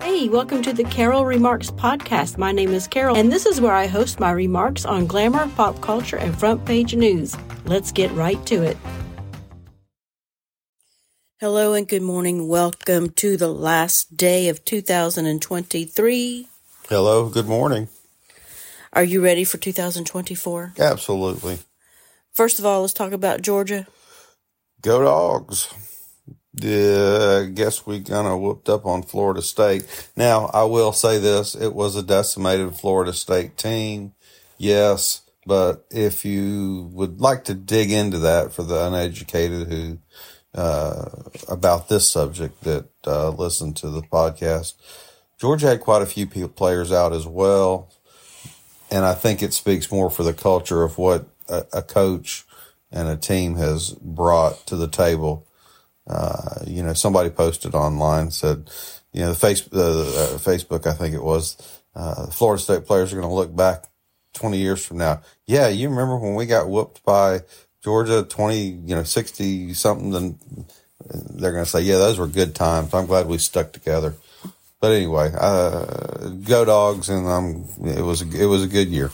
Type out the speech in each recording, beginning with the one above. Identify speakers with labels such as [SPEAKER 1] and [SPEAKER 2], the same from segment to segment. [SPEAKER 1] Hey, welcome to the Carol Remarks Podcast. My name is Carol, and this is where I host my remarks on glamour, pop culture, and front page news. Let's get right to it. Hello, and good morning. Welcome to the last day of 2023.
[SPEAKER 2] Hello, good morning.
[SPEAKER 1] Are you ready for 2024?
[SPEAKER 2] Absolutely.
[SPEAKER 1] First of all, let's talk about Georgia.
[SPEAKER 2] Go dogs. Yeah, I guess we kind of whooped up on Florida State. Now, I will say this it was a decimated Florida State team. Yes, but if you would like to dig into that for the uneducated who uh, about this subject that uh, listen to the podcast, Georgia had quite a few people, players out as well. And I think it speaks more for the culture of what a, a coach and a team has brought to the table uh, you know, somebody posted online said, you know, the face, uh, uh, Facebook, I think it was, uh, Florida State players are going to look back 20 years from now. Yeah, you remember when we got whooped by Georgia 20, you know, 60 something, then they're going to say, yeah, those were good times. I'm glad we stuck together. But anyway, uh, go dogs, and I'm. It was a, it was a good year.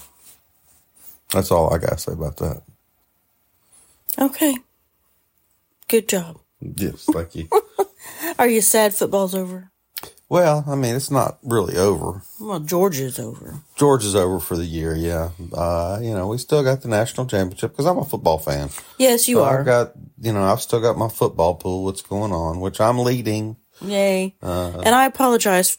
[SPEAKER 2] That's all I got to say about that.
[SPEAKER 1] Okay. Good job.
[SPEAKER 2] Yes, thank you.
[SPEAKER 1] Are you sad football's over?
[SPEAKER 2] well, I mean, it's not really over.
[SPEAKER 1] Well, Georgia's over.
[SPEAKER 2] Georgia's over for the year. Yeah, uh, you know, we still got the national championship because I'm a football fan.
[SPEAKER 1] Yes, you
[SPEAKER 2] So
[SPEAKER 1] are.
[SPEAKER 2] I've got, you know, I've still got my football pool. What's going on? Which I'm leading.
[SPEAKER 1] Yay.
[SPEAKER 2] Uh-huh.
[SPEAKER 1] and I apologize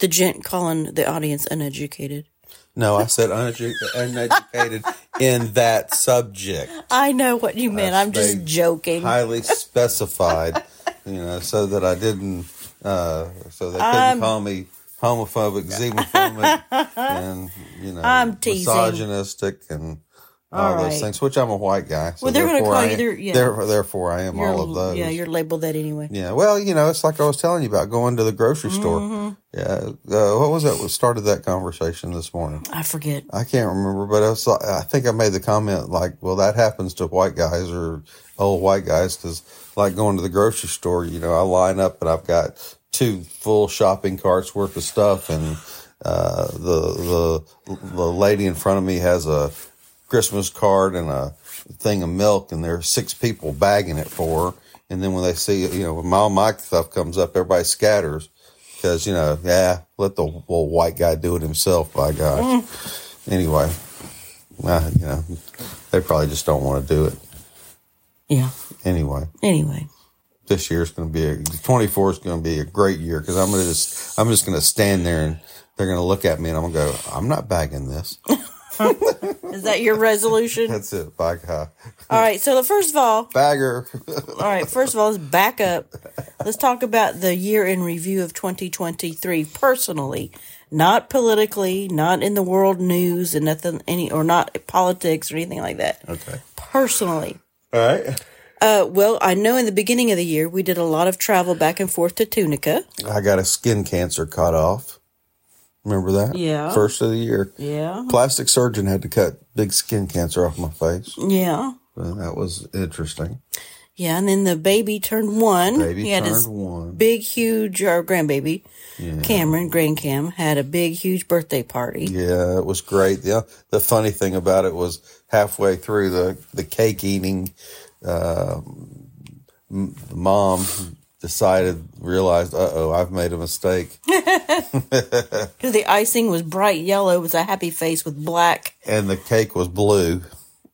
[SPEAKER 1] the gent calling the audience uneducated.
[SPEAKER 2] No, I said unedu- uneducated in that subject.
[SPEAKER 1] I know what you meant. I'm just
[SPEAKER 2] they-
[SPEAKER 1] joking.
[SPEAKER 2] Highly specified, you know, so that I didn't, uh, so they couldn't
[SPEAKER 1] Um,
[SPEAKER 2] call me homophobic, xenophobic, and you know,
[SPEAKER 1] I'm teasing.
[SPEAKER 2] misogynistic and. All,
[SPEAKER 1] All
[SPEAKER 2] those
[SPEAKER 1] right.
[SPEAKER 2] things, which I'm a white guy. So
[SPEAKER 1] Well, they're gonna
[SPEAKER 2] therefore
[SPEAKER 1] call
[SPEAKER 2] I
[SPEAKER 1] you
[SPEAKER 2] am-
[SPEAKER 1] their- yeah.
[SPEAKER 2] therefore, therefore, I am
[SPEAKER 1] You're-
[SPEAKER 2] all of those.
[SPEAKER 1] Yeah, you're labeled that anyway.
[SPEAKER 2] Yeah, well, you know, it's like I was telling you about going to the grocery store.
[SPEAKER 1] Mm-hmm.
[SPEAKER 2] Yeah, uh, what was that? What started that conversation this morning?
[SPEAKER 1] I forget.
[SPEAKER 2] I can't remember, but I was. I think I made the comment like, "Well, that happens to white guys or old white guys because, like, going to the grocery store, you know, I line up and I've got two full shopping carts worth of stuff, and uh, the the the lady in front of me has a Christmas card and a thing of milk, and there are six people bagging it for her. And then when they see, you know, when all my stuff comes up, everybody scatters because you know, yeah, let the old white guy do it himself. By gosh anyway, uh, you know, they probably just don't want to do it.
[SPEAKER 1] Yeah.
[SPEAKER 2] Anyway,
[SPEAKER 1] Anyway.
[SPEAKER 2] this year's going to be a 24 is going to be a great year because I'm going to just I'm just going to stand there and they're going to look at me and I'm going to go I'm not bagging this.
[SPEAKER 1] Is that your resolution?
[SPEAKER 2] That's it. By God,
[SPEAKER 1] all right. So, the first of all,
[SPEAKER 2] bagger.
[SPEAKER 1] all right, first of all, let's back up. Let's talk about the year in review of 2023 personally, not politically, not in the world news and nothing any or not politics or anything like that.
[SPEAKER 2] okay.
[SPEAKER 1] Personally.
[SPEAKER 2] All right.
[SPEAKER 1] Uh, well, I know in the beginning of the year we did a lot of travel back and forth to Tunica.
[SPEAKER 2] I got a skin cancer cut off. Remember that?
[SPEAKER 1] Yeah.
[SPEAKER 2] First of the year.
[SPEAKER 1] Yeah.
[SPEAKER 2] Plastic surgeon had to cut big skin cancer off my face.
[SPEAKER 1] Yeah.
[SPEAKER 2] Uh, That was interesting.
[SPEAKER 1] Yeah, and then the baby turned one.
[SPEAKER 2] Baby
[SPEAKER 1] he had
[SPEAKER 2] turned
[SPEAKER 1] his
[SPEAKER 2] one.
[SPEAKER 1] big, huge, or grandbaby, Cameron, Grand Cam, had a big, huge birthday party.
[SPEAKER 2] Yeah, it was great. The the funny thing about it was halfway through the the cake eating, uh, m- the mom decided realized, uh oh, I've made a mistake,
[SPEAKER 1] The icing was bright yellow. It was a happy face with black.
[SPEAKER 2] and the cake was blue.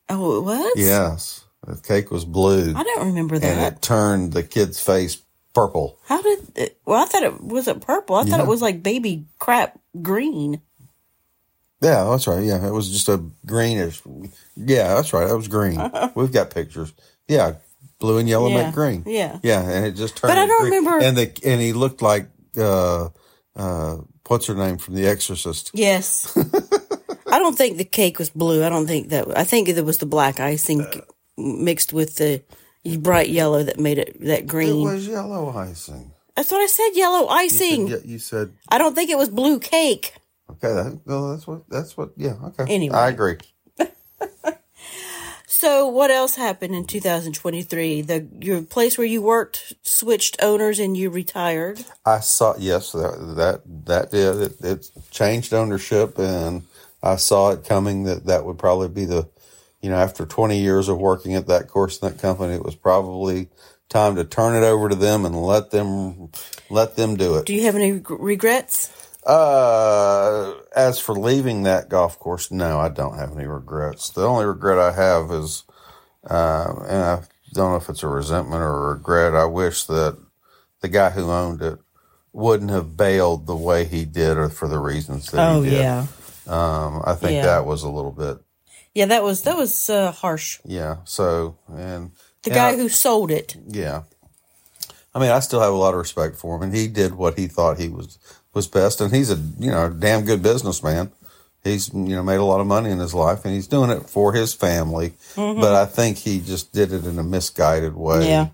[SPEAKER 1] Oh, it was?
[SPEAKER 2] Yes, the cake was blue,
[SPEAKER 1] I don't remember
[SPEAKER 2] and
[SPEAKER 1] that.
[SPEAKER 2] it turned the kid's face purple.
[SPEAKER 1] How did it? Well, I thought it wasn't purple. I thought it was like baby crap green.
[SPEAKER 2] Yeah, that's right. Yeah, it was just a greenish. Yeah, that's right. That was green. We've got pictures. Yeah, blue and yellow
[SPEAKER 1] Yeah,
[SPEAKER 2] make green.
[SPEAKER 1] yeah.
[SPEAKER 2] yeah, and it just turned.
[SPEAKER 1] I don't
[SPEAKER 2] green.
[SPEAKER 1] remember-
[SPEAKER 2] And the and he looked like uh, uh, what's her name from The Exorcist?
[SPEAKER 1] Yes. I don't think the cake was blue. I don't think that. I think it was the black icing
[SPEAKER 2] Uh,
[SPEAKER 1] mixed with the bright yellow that made it that
[SPEAKER 2] It
[SPEAKER 1] green.
[SPEAKER 2] was yellow icing.
[SPEAKER 1] That's what I said. Yellow
[SPEAKER 2] You
[SPEAKER 1] icing.
[SPEAKER 2] said, you said
[SPEAKER 1] I don't think it was blue cake.
[SPEAKER 2] okay. That, no, that's what. That's what. Yeah. Okay.
[SPEAKER 1] Anyway.
[SPEAKER 2] I agree.
[SPEAKER 1] So, what else happened in 2023? The your place where you worked switched owners and you retired.
[SPEAKER 2] I saw yes that that, that did it, it changed ownership and I saw it coming that that would probably be the you know after 20 years of working at that course in that company it was probably time to turn it over to them and let them let them do it.
[SPEAKER 1] Do you have any reg- regrets?
[SPEAKER 2] Uh, as for leaving that golf course, no, I don't have any regrets. The only regret I have is, uh, and I don't know if it's a resentment or a regret. I wish that the guy who owned it wouldn't have bailed the way he did, or for the reasons that he did. Um, I think
[SPEAKER 1] Oh, Yeah.
[SPEAKER 2] that was a little bit,
[SPEAKER 1] yeah. That was that was uh, harsh.
[SPEAKER 2] yeah. So, and
[SPEAKER 1] The
[SPEAKER 2] and
[SPEAKER 1] guy
[SPEAKER 2] I-
[SPEAKER 1] who sold it.
[SPEAKER 2] Yeah. I mean, I still have a lot of respect for him, and he did what he thought he was was best, and he's a you know damn good businessman. He's you know made a lot of money in his life, and he's doing it for his family. But I think he just did it in a misguided way.
[SPEAKER 1] Mm-hmm. Yeah.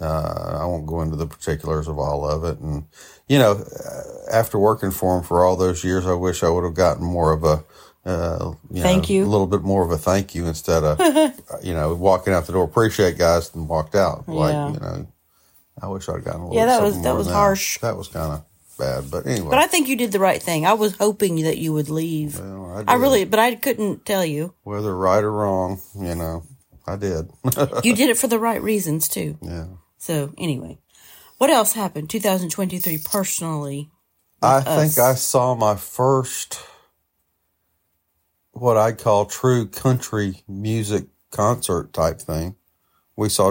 [SPEAKER 2] Uh, I won't go into the particulars of all of it, and you know, uh, after working for him for all those years, I wish I would have gotten more of a uh, you
[SPEAKER 1] Thank
[SPEAKER 2] know,
[SPEAKER 1] you.
[SPEAKER 2] a little bit more of a thank you instead of uh, you know walking out the door, appreciate guys, and walked out. Like
[SPEAKER 1] Yeah.
[SPEAKER 2] you know, I wish I'd gotten a little.
[SPEAKER 1] Yeah, that was-
[SPEAKER 2] something
[SPEAKER 1] that
[SPEAKER 2] more
[SPEAKER 1] was
[SPEAKER 2] than
[SPEAKER 1] harsh.
[SPEAKER 2] That was kind of bad, but anyway.
[SPEAKER 1] But I think you did the right thing. I was hoping that you would leave.
[SPEAKER 2] well,
[SPEAKER 1] I
[SPEAKER 2] did.
[SPEAKER 1] really, but I couldn't tell you.
[SPEAKER 2] whether right or wrong, you know, I did.
[SPEAKER 1] You did it for the right reasons too.
[SPEAKER 2] yeah.
[SPEAKER 1] So anyway, what else happened 2023 personally?
[SPEAKER 2] I
[SPEAKER 1] us.
[SPEAKER 2] think I saw my first what I call true country music concert type thing. We saw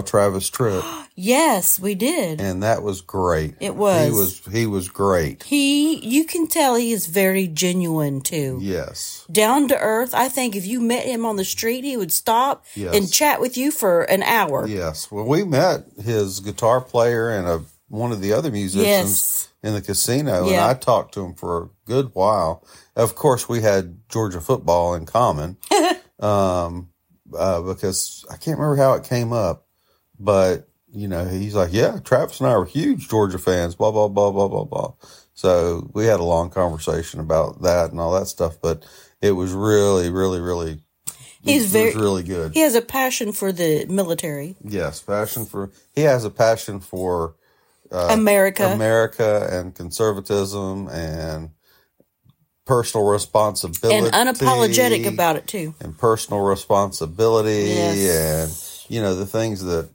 [SPEAKER 2] Travis Tritt,
[SPEAKER 1] Yes, we did.
[SPEAKER 2] and that was great.
[SPEAKER 1] It was.
[SPEAKER 2] He was he was great.
[SPEAKER 1] He, you can tell he is very genuine too.
[SPEAKER 2] Yes.
[SPEAKER 1] Down to earth. I think if you met him on the street, he would stop
[SPEAKER 2] Yes.
[SPEAKER 1] and chat with you for an hour.
[SPEAKER 2] Yes. Well, we met his guitar player and a one of the other musicians
[SPEAKER 1] Yes.
[SPEAKER 2] in the casino, and
[SPEAKER 1] Yeah.
[SPEAKER 2] I talked to him for a good while. Of course, we had Georgia football in common. um, uh, because I can't remember how it came up, but you know, he's like, yeah, Travis and I are huge Georgia fans, blah, blah, blah, blah, blah, blah. So we had a long conversation about that and all that stuff, but it was really, really, really,
[SPEAKER 1] He's
[SPEAKER 2] it was
[SPEAKER 1] very-
[SPEAKER 2] really good.
[SPEAKER 1] He has a passion for the military,
[SPEAKER 2] Yes. Passion for, he has a passion for
[SPEAKER 1] America.
[SPEAKER 2] America and conservatism and personal
[SPEAKER 1] and
[SPEAKER 2] responsibility
[SPEAKER 1] unapologetic about it too.
[SPEAKER 2] and personal responsibility
[SPEAKER 1] Yes.
[SPEAKER 2] and you know the things that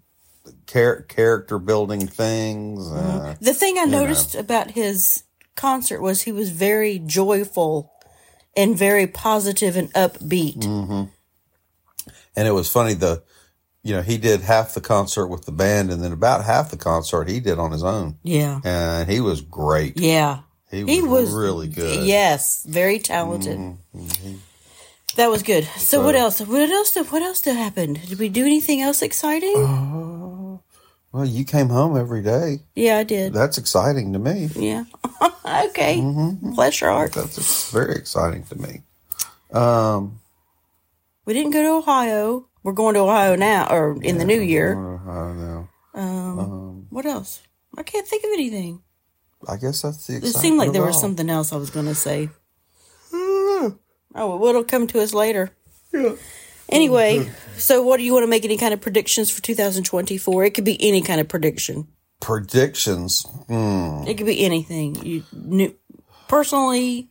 [SPEAKER 2] char- character building things uh,
[SPEAKER 1] The thing I noticed about his concert was he was very joyful and very positive and upbeat.
[SPEAKER 2] and it was funny the you know he did half the concert with the band and then about half the concert he did on his own
[SPEAKER 1] Yeah.
[SPEAKER 2] and he was great
[SPEAKER 1] Yeah.
[SPEAKER 2] he was,
[SPEAKER 1] He was
[SPEAKER 2] really good
[SPEAKER 1] Yes, very talented. That was good. So, what else? What else? What else that happened? Did we do anything else exciting?
[SPEAKER 2] well you came home every day
[SPEAKER 1] yeah, I did.
[SPEAKER 2] that's exciting to me
[SPEAKER 1] yeah. okay. Bless your heart.
[SPEAKER 2] that's very exciting to me
[SPEAKER 1] We didn't go to Ohio. We're going to Ohio now, or in the new year. Um,
[SPEAKER 2] i don't know
[SPEAKER 1] What else? I can't think of anything.
[SPEAKER 2] i guess that's the
[SPEAKER 1] It
[SPEAKER 2] excitement
[SPEAKER 1] seemed like there
[SPEAKER 2] of
[SPEAKER 1] was
[SPEAKER 2] all.
[SPEAKER 1] something else I was going to say.
[SPEAKER 2] Mm-hmm.
[SPEAKER 1] Oh, well, it'll come to us later. Anyway,
[SPEAKER 2] Mm-hmm.
[SPEAKER 1] so what do you want to make any kind of predictions for 2024? It could be any kind of prediction.
[SPEAKER 2] predictions
[SPEAKER 1] It could be anything. You knew, personally,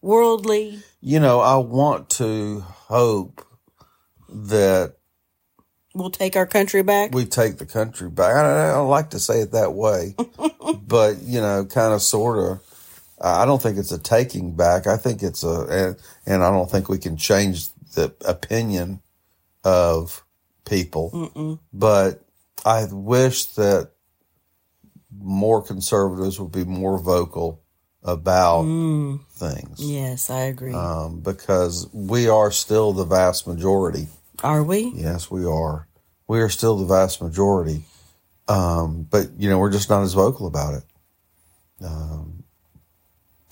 [SPEAKER 1] worldly.
[SPEAKER 2] you know, I want to hope that
[SPEAKER 1] We'll take our country back.
[SPEAKER 2] we take the country back. I I don't like to say it that way, but you know, kind of, sort of. I don't think it's a taking back. I think it's a, and, and I don't think we can change the opinion of people. But I wish that more conservatives would be more vocal about things.
[SPEAKER 1] yes, I agree.
[SPEAKER 2] um, because we are still the vast majority.
[SPEAKER 1] Are we?
[SPEAKER 2] Yes, we are. We are still the vast majority. Um, but, you know, we're just not as vocal about it. Um,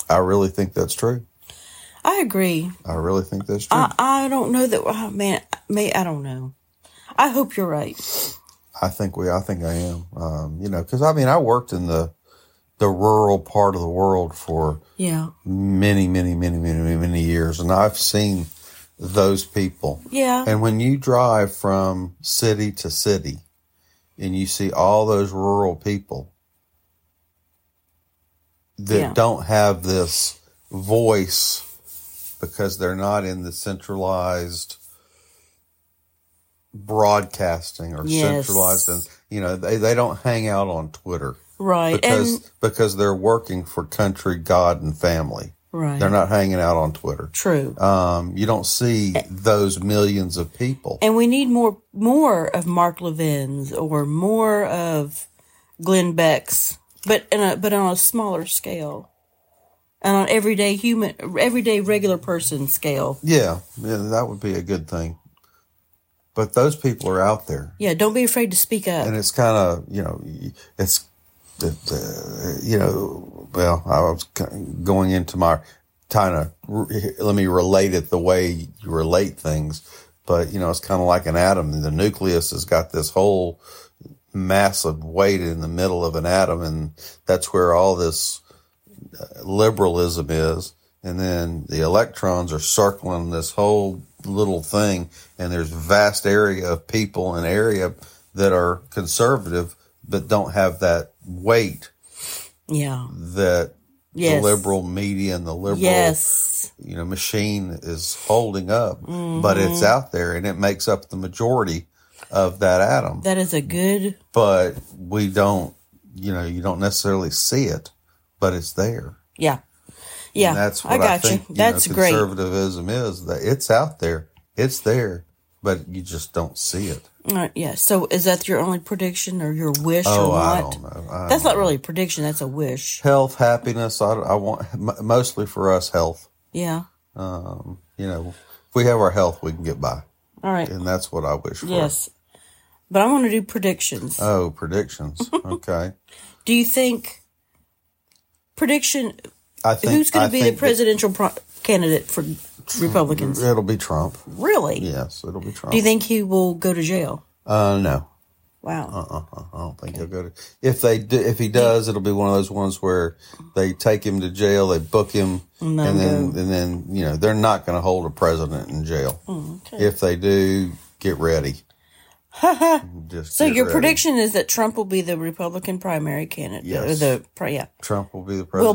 [SPEAKER 2] I really think that's true.
[SPEAKER 1] I agree.
[SPEAKER 2] I really think that's true.
[SPEAKER 1] I, I don't know that. Oh, man, may I don't know. I hope you're right.
[SPEAKER 2] I think we, I think I am. Um, you know, cause I mean, I worked in the, the rural part of the world for
[SPEAKER 1] Yeah.
[SPEAKER 2] many, many, many, many, many, many years. And I've seen those people.
[SPEAKER 1] Yeah.
[SPEAKER 2] And when you drive from city to city and you see all those rural people that
[SPEAKER 1] Yeah.
[SPEAKER 2] don't have this voice because they're not in the centralized broadcasting or
[SPEAKER 1] Yes.
[SPEAKER 2] centralized and you know they, they don't hang out on Twitter
[SPEAKER 1] right.
[SPEAKER 2] because
[SPEAKER 1] and
[SPEAKER 2] because they're working for country, God, and family.
[SPEAKER 1] right.
[SPEAKER 2] They're not hanging out on Twitter.
[SPEAKER 1] True.
[SPEAKER 2] Um, you don't see
[SPEAKER 1] Eh.
[SPEAKER 2] those millions of people.
[SPEAKER 1] and we need more more of Mark Levin's or more of Glenn Beck's, but in a, but on a smaller scale, and on everyday human, everyday regular person scale.
[SPEAKER 2] Yeah, yeah, that would be a good thing. But those people are out there,
[SPEAKER 1] Yeah, don't be afraid to speak up.
[SPEAKER 2] and it's kind of you know, it's uh, you know, well, I was ki- going into my kind of let me relate it the way you relate things, but you know, it's kind of like an atom. The nucleus has got this whole massive weight in the middle of an atom, and that's where all this liberalism is. And then the electrons are circling this whole little thing, and there's vast area of people and area that are conservative but don't have that weight
[SPEAKER 1] Yeah.
[SPEAKER 2] that
[SPEAKER 1] Yes.
[SPEAKER 2] the liberal media and the liberal
[SPEAKER 1] Yes.
[SPEAKER 2] you know machine is holding up. But
[SPEAKER 1] Mm-hmm.
[SPEAKER 2] it's out there, and it makes up the majority of that atom.
[SPEAKER 1] That is a good.
[SPEAKER 2] But we don't, you know, you don't necessarily see it, but it's there.
[SPEAKER 1] Yeah. Yeah.
[SPEAKER 2] And that's what
[SPEAKER 1] I
[SPEAKER 2] I,
[SPEAKER 1] got
[SPEAKER 2] think.
[SPEAKER 1] you.
[SPEAKER 2] know,
[SPEAKER 1] That's great.
[SPEAKER 2] Conservatism is that it's out there, it's there, but you just don't see it.
[SPEAKER 1] All right, Uh, yeah. So is that your only prediction or your wish
[SPEAKER 2] Oh,
[SPEAKER 1] or
[SPEAKER 2] I
[SPEAKER 1] what?
[SPEAKER 2] don't know. I
[SPEAKER 1] That's
[SPEAKER 2] don't-
[SPEAKER 1] not really a prediction. That's a wish.
[SPEAKER 2] health, happiness. I, I want m- mostly for us health.
[SPEAKER 1] Yeah.
[SPEAKER 2] Um, you know, if we have our health, we can get by,
[SPEAKER 1] All right.
[SPEAKER 2] and that's what I wish for.
[SPEAKER 1] Yes. But I want to do predictions.
[SPEAKER 2] Oh, predictions. Okay.
[SPEAKER 1] Do you think prediction?
[SPEAKER 2] I think
[SPEAKER 1] who's going
[SPEAKER 2] I
[SPEAKER 1] to be the
[SPEAKER 2] think
[SPEAKER 1] presidential pro- candidate for Republicans?
[SPEAKER 2] that It'll be Trump.
[SPEAKER 1] Really?
[SPEAKER 2] Yes, it'll be Trump.
[SPEAKER 1] Do you think he will go to jail?
[SPEAKER 2] uh, no.
[SPEAKER 1] Wow.
[SPEAKER 2] Uh-uh, I don't think he'll go to. If they do, if he does, it'll be one of those ones where they take him to jail, they book him, and,
[SPEAKER 1] then
[SPEAKER 2] then and then you know they're not going to hold a president in jail.
[SPEAKER 1] Mm,
[SPEAKER 2] If they do, get ready. Just
[SPEAKER 1] so
[SPEAKER 2] get
[SPEAKER 1] your
[SPEAKER 2] ready.
[SPEAKER 1] prediction is that Trump will be the Republican primary candidate? Or
[SPEAKER 2] Yes.
[SPEAKER 1] the pri- yeah.
[SPEAKER 2] Trump will be the
[SPEAKER 1] Will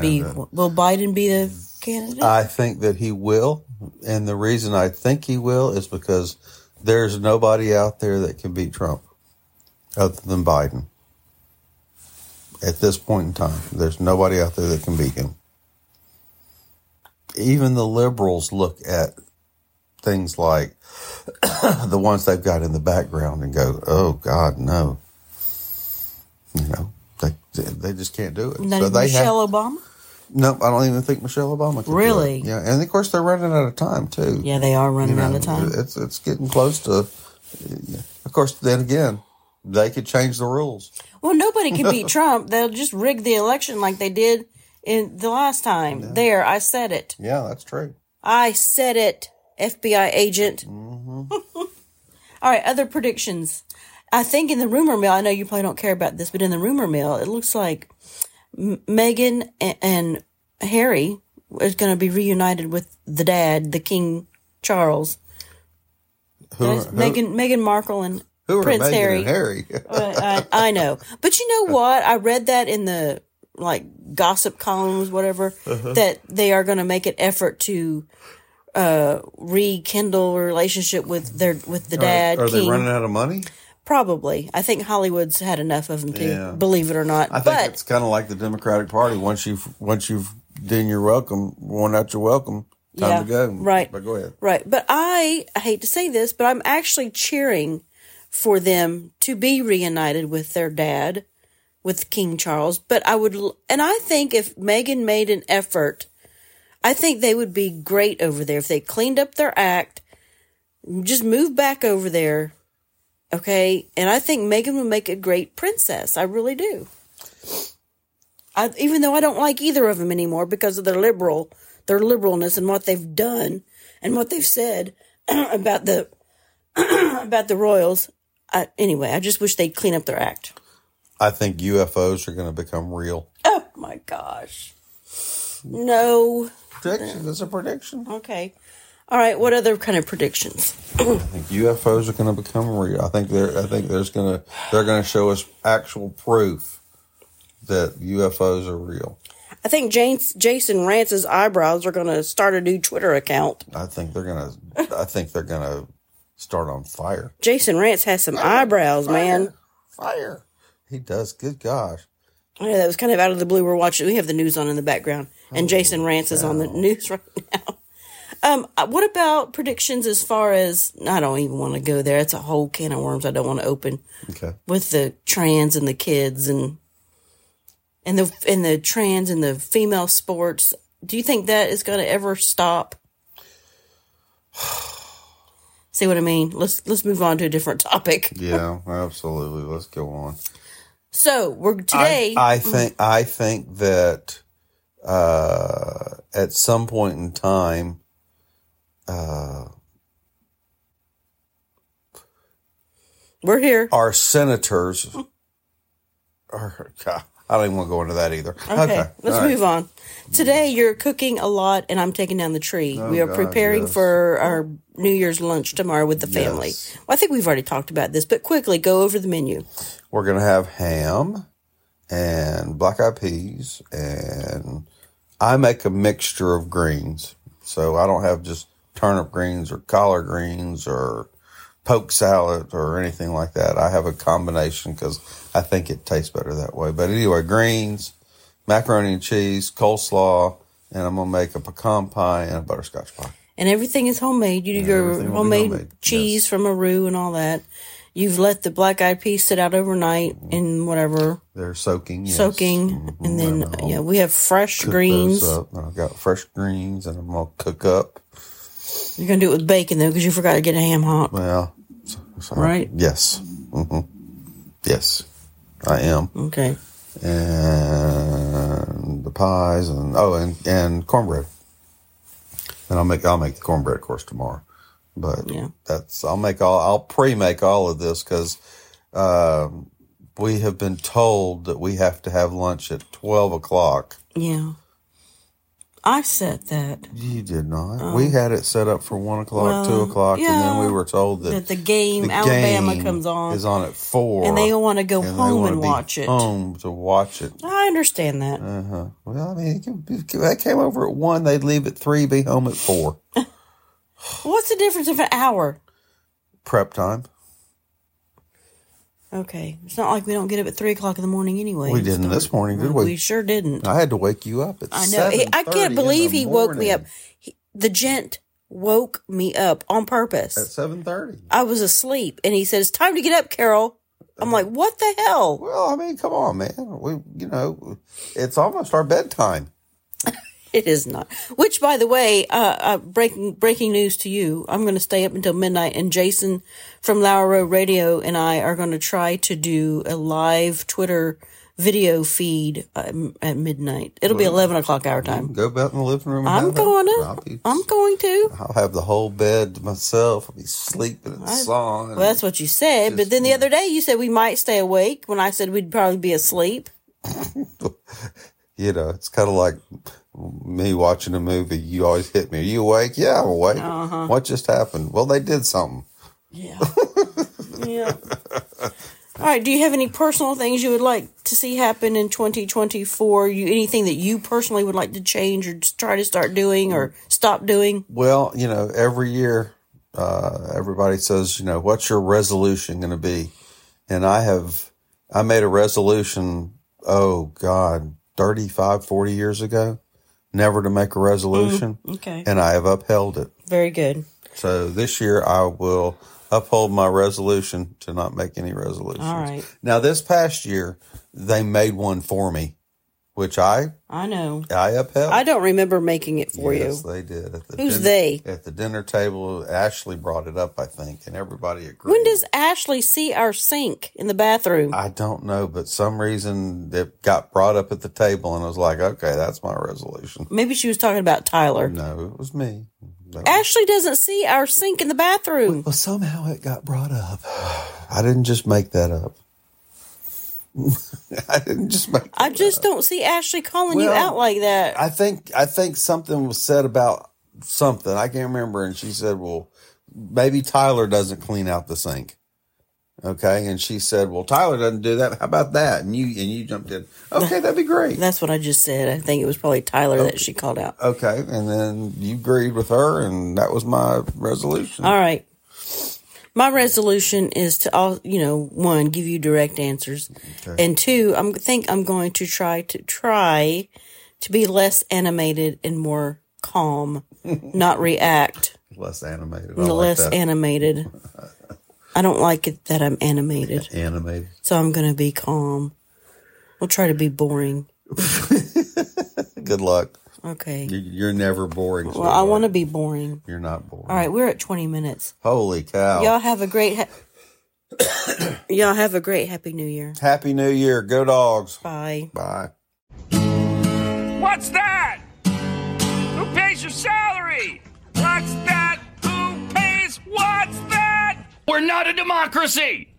[SPEAKER 1] Biden be? Will Biden be the candidate?
[SPEAKER 2] I think that he will, and the reason I think he will is because there's nobody out there that can beat Trump other than Biden. At this point in time, there's nobody out there that can beat him. Even the liberals look at things like the ones they've got in the background and go, "Oh God, no!" You know, they they just can't do it.
[SPEAKER 1] Not even
[SPEAKER 2] they have-
[SPEAKER 1] Michelle Obama.
[SPEAKER 2] no, I don't even think Michelle Obama. Can do it.
[SPEAKER 1] Really?
[SPEAKER 2] Yeah, and of course they're running out of time too.
[SPEAKER 1] Yeah, they are running
[SPEAKER 2] You
[SPEAKER 1] out
[SPEAKER 2] know, uh,
[SPEAKER 1] of time.
[SPEAKER 2] It's it's getting close to. yeah. Of course, then again, they could change the rules.
[SPEAKER 1] Well, nobody can beat Trump. They'll just rig the election like they did in the last time. There, I said it.
[SPEAKER 2] Yeah, that's true.
[SPEAKER 1] I said it, FBI agent. All right, other predictions. I think in the rumor mill, I know you probably don't care about this, but in the rumor mill, it looks like M- Megan and, and Harry is going to be reunited with the dad, the King Charles.
[SPEAKER 2] Who, are- who,
[SPEAKER 1] Megan, Meghan Markle and
[SPEAKER 2] who are
[SPEAKER 1] Prince
[SPEAKER 2] Meghan
[SPEAKER 1] Harry.
[SPEAKER 2] and Harry?
[SPEAKER 1] I, I I know, but you know what? I read that in the like gossip columns, whatever,
[SPEAKER 2] Uh-huh.
[SPEAKER 1] that they are going to make an effort to uh, rekindle a relationship with their with the dad
[SPEAKER 2] are
[SPEAKER 1] Uh, king.
[SPEAKER 2] they running out of money?
[SPEAKER 1] Probably, I think Hollywood's had enough of them to
[SPEAKER 2] Yeah.
[SPEAKER 1] believe it or not.
[SPEAKER 2] I think
[SPEAKER 1] but
[SPEAKER 2] it's kind of like the Democratic Party. Once you've once you've done your welcome, worn out your welcome, time
[SPEAKER 1] Yeah,
[SPEAKER 2] to go.
[SPEAKER 1] right.
[SPEAKER 2] But go ahead.
[SPEAKER 1] right, but I, I hate to say this, but I'm actually cheering for them to be reunited with their dad, with King Charles. But I would, l- and I think if Megan made an effort. I think they would be great over there if they cleaned up their act, just move back over there. Okay. And I think Megan would make a great princess. I really do. I, even though I don't like either of them anymore because of their liberal, their liberalness and what they've done and what they've said about the about the royals. I, anyway, I just wish they'd clean up their act.
[SPEAKER 2] I think UFOs are going to become real.
[SPEAKER 1] Oh my gosh! No.
[SPEAKER 2] Prediction. That's a prediction.
[SPEAKER 1] Okay. All right, what other kind of predictions?
[SPEAKER 2] I think UFOs are going to become real. I think they're. I think there's going to. They're going to show us actual proof that UFOs are real.
[SPEAKER 1] I think James, Jason Rance's eyebrows are going to start a new Twitter account.
[SPEAKER 2] I think they're going to. I think they're going to start on fire.
[SPEAKER 1] Jason Rance has some eyebrows, man.
[SPEAKER 2] Fire. He does. Good gosh.
[SPEAKER 1] I know that was kind of out of the blue. We're watching. We have the news on in the background, and Jason Rance is on the news right now. Um, uh, what about predictions as far as I don't even want to go there. It's a whole can of worms I don't want to open
[SPEAKER 2] Okay.
[SPEAKER 1] with the trans and the kids and and the and the trans and the female sports. Do you think that is going to ever stop? See what I mean? Let's let's move on to a different topic.
[SPEAKER 2] Yeah. absolutely. Let's go on.
[SPEAKER 1] So we're today.
[SPEAKER 2] I, I think I think that uh, at some point in time,
[SPEAKER 1] we're here.
[SPEAKER 2] our senators are. God, I don't even want to go into that either. Okay,
[SPEAKER 1] Okay, let's
[SPEAKER 2] all right.
[SPEAKER 1] move on. Today you're cooking a lot, and I'm taking down the tree. we are
[SPEAKER 2] Oh, God,
[SPEAKER 1] preparing
[SPEAKER 2] yes.
[SPEAKER 1] for our New Year's lunch tomorrow with the family.
[SPEAKER 2] Yes.
[SPEAKER 1] Well, I think we've already talked about this, but quickly go over the menu.
[SPEAKER 2] We're gonna have ham and black eyed peas, and I make a mixture of greens, so I don't have just turnip greens or collard greens or poke salad or anything like that. I have a combination because I think it tastes better that way. But anyway, greens, macaroni and cheese, coleslaw, and I'm gonna make a pecan pie and a butterscotch pie.
[SPEAKER 1] And everything is homemade. You do your
[SPEAKER 2] everything will be
[SPEAKER 1] homemade,
[SPEAKER 2] homemade,
[SPEAKER 1] cheese from a roux and all that. You've let the black eyed peas sit out overnight in whatever
[SPEAKER 2] They're soaking, yes.
[SPEAKER 1] soaking,
[SPEAKER 2] Mhm,
[SPEAKER 1] and then
[SPEAKER 2] I'll
[SPEAKER 1] yeah, we have fresh
[SPEAKER 2] cook
[SPEAKER 1] greens.
[SPEAKER 2] those up. And I've got fresh greens, and I'm gonna cook up.
[SPEAKER 1] You're gonna do it with bacon though, because you forgot to get a ham hock.
[SPEAKER 2] Well, so- so-
[SPEAKER 1] Right.
[SPEAKER 2] Yes. hmm Yes, I am.
[SPEAKER 1] Okay.
[SPEAKER 2] And the pies, and oh, and and cornbread. And I'll make I'll make the cornbread, of course, tomorrow. But
[SPEAKER 1] Yeah.
[SPEAKER 2] that's I'll make all I'll pre-make all of this because um, we have been told that we have to have lunch at twelve o'clock.
[SPEAKER 1] Yeah. I said that.
[SPEAKER 2] You did not. we had it set up for one o'clock, two
[SPEAKER 1] Oh. well,
[SPEAKER 2] o'clock, and then
[SPEAKER 1] yeah,
[SPEAKER 2] we were told that
[SPEAKER 1] that the game
[SPEAKER 2] the
[SPEAKER 1] Alabama
[SPEAKER 2] game
[SPEAKER 1] comes on
[SPEAKER 2] is on at four,
[SPEAKER 1] and they want to go
[SPEAKER 2] and they
[SPEAKER 1] home
[SPEAKER 2] wanna
[SPEAKER 1] and
[SPEAKER 2] be
[SPEAKER 1] watch it.
[SPEAKER 2] Home to watch it.
[SPEAKER 1] I understand that.
[SPEAKER 2] Uh huh. Well, I mean, it could be- if they came over at one, they'd leave at three, be home at four.
[SPEAKER 1] What's the difference of an hour?
[SPEAKER 2] Prep time.
[SPEAKER 1] Okay, it's not like we don't get up at three o'clock in the morning anyway.
[SPEAKER 2] We
[SPEAKER 1] and
[SPEAKER 2] didn't
[SPEAKER 1] start.
[SPEAKER 2] this morning, did
[SPEAKER 1] we?
[SPEAKER 2] we?
[SPEAKER 1] sure didn't.
[SPEAKER 2] I had to wake you up at.
[SPEAKER 1] I know. He- I
[SPEAKER 2] 7:30 in
[SPEAKER 1] can't believe
[SPEAKER 2] the
[SPEAKER 1] he woke me up.
[SPEAKER 2] morning.
[SPEAKER 1] He, the gent woke me up on purpose.
[SPEAKER 2] at seven thirty.
[SPEAKER 1] I was asleep, and he said, "It's time to get up, Carol." I'm like, "What the hell?"
[SPEAKER 2] Well, I mean, come on, man. We, you know, it's almost our bedtime.
[SPEAKER 1] It is not. Which, by the way, uh, uh, breaking breaking news to you. I'm going to stay up until midnight, and Jason from Lower Road Radio and I are going to try to do a live Twitter video feed um, at midnight. It'll be 11 o'clock our time.
[SPEAKER 2] Go out in the living room. and
[SPEAKER 1] I'm
[SPEAKER 2] have it.
[SPEAKER 1] going
[SPEAKER 2] I'll,
[SPEAKER 1] to.
[SPEAKER 2] be,
[SPEAKER 1] I'm going to.
[SPEAKER 2] I'll have the whole bed to myself. I'll be sleeping in the song.
[SPEAKER 1] Well, that's what you said. But then the other day, you said we might stay awake when I said we'd probably be asleep.
[SPEAKER 2] you know, it's kind of like me watching a movie. You always hit me. Are you awake? Yeah, I'm awake. What just happened? Well, they did something.
[SPEAKER 1] Yeah. yeah. All right. Do you have any personal things you would like to see happen in 2024? You anything that you personally would like to change or just try to start doing or stop doing?
[SPEAKER 2] Well, you know, every year, uh, everybody says, you know, what's your resolution going to be? And I have, I made a resolution, oh God, 35, 40 years ago, never to make a resolution.
[SPEAKER 1] Okay.
[SPEAKER 2] And I have upheld it.
[SPEAKER 1] Very good.
[SPEAKER 2] So this year I will uphold my resolution to not make any resolutions.
[SPEAKER 1] All right.
[SPEAKER 2] Now this past year they made one for me, which I
[SPEAKER 1] I know.
[SPEAKER 2] I upheld.
[SPEAKER 1] I don't remember making it for
[SPEAKER 2] yes,
[SPEAKER 1] you.
[SPEAKER 2] they did. At the
[SPEAKER 1] Who's
[SPEAKER 2] dinner,
[SPEAKER 1] they?
[SPEAKER 2] At the dinner table, Ashley brought it up, I think, and everybody agreed.
[SPEAKER 1] When does Ashley see our sink in the bathroom?
[SPEAKER 2] I don't know, but some reason it got brought up at the table, and I was like, okay, that's my resolution.
[SPEAKER 1] Maybe she was talking about Tyler.
[SPEAKER 2] No, it was me. No.
[SPEAKER 1] Ashley doesn't see our sink in the bathroom.
[SPEAKER 2] Well, somehow it got brought up. I didn't just make that up. I didn't just make.
[SPEAKER 1] I just don't see Ashley calling you
[SPEAKER 2] Well,
[SPEAKER 1] out like that.
[SPEAKER 2] I think I think something was said about something. I can't remember. And she said, well, maybe Tyler doesn't clean out the sink. Okay. And she said, well, Tyler doesn't do that. How about that? And you, and you jumped in. Okay. That'd be great.
[SPEAKER 1] That's what I just said. I think it was probably Tyler that she called out.
[SPEAKER 2] Okay. And then you agreed with her and that was my resolution.
[SPEAKER 1] All right. My resolution is to all you know, one, give you direct answers, and two, I'm think I'm going to try to try to be less animated and more calm, not react,
[SPEAKER 2] Less animated. I
[SPEAKER 1] and
[SPEAKER 2] like
[SPEAKER 1] less
[SPEAKER 2] that.
[SPEAKER 1] animated. I don't like it that I'm animated,
[SPEAKER 2] animated.
[SPEAKER 1] so I'm going to be calm. I'll try to be boring.
[SPEAKER 2] Good luck.
[SPEAKER 1] Okay.
[SPEAKER 2] You- You're never boring.
[SPEAKER 1] Well, I want to be boring.
[SPEAKER 2] You're not boring.
[SPEAKER 1] All right, we're at 20 minutes.
[SPEAKER 2] Holy cow.
[SPEAKER 1] Y'all have a great ha- Y'all have a great happy new year.
[SPEAKER 2] Happy New Year. Go dogs.
[SPEAKER 1] Bye.
[SPEAKER 2] Bye.
[SPEAKER 3] What's that? Who pays your salary? What's that? Who pays? What's that? We're not a democracy!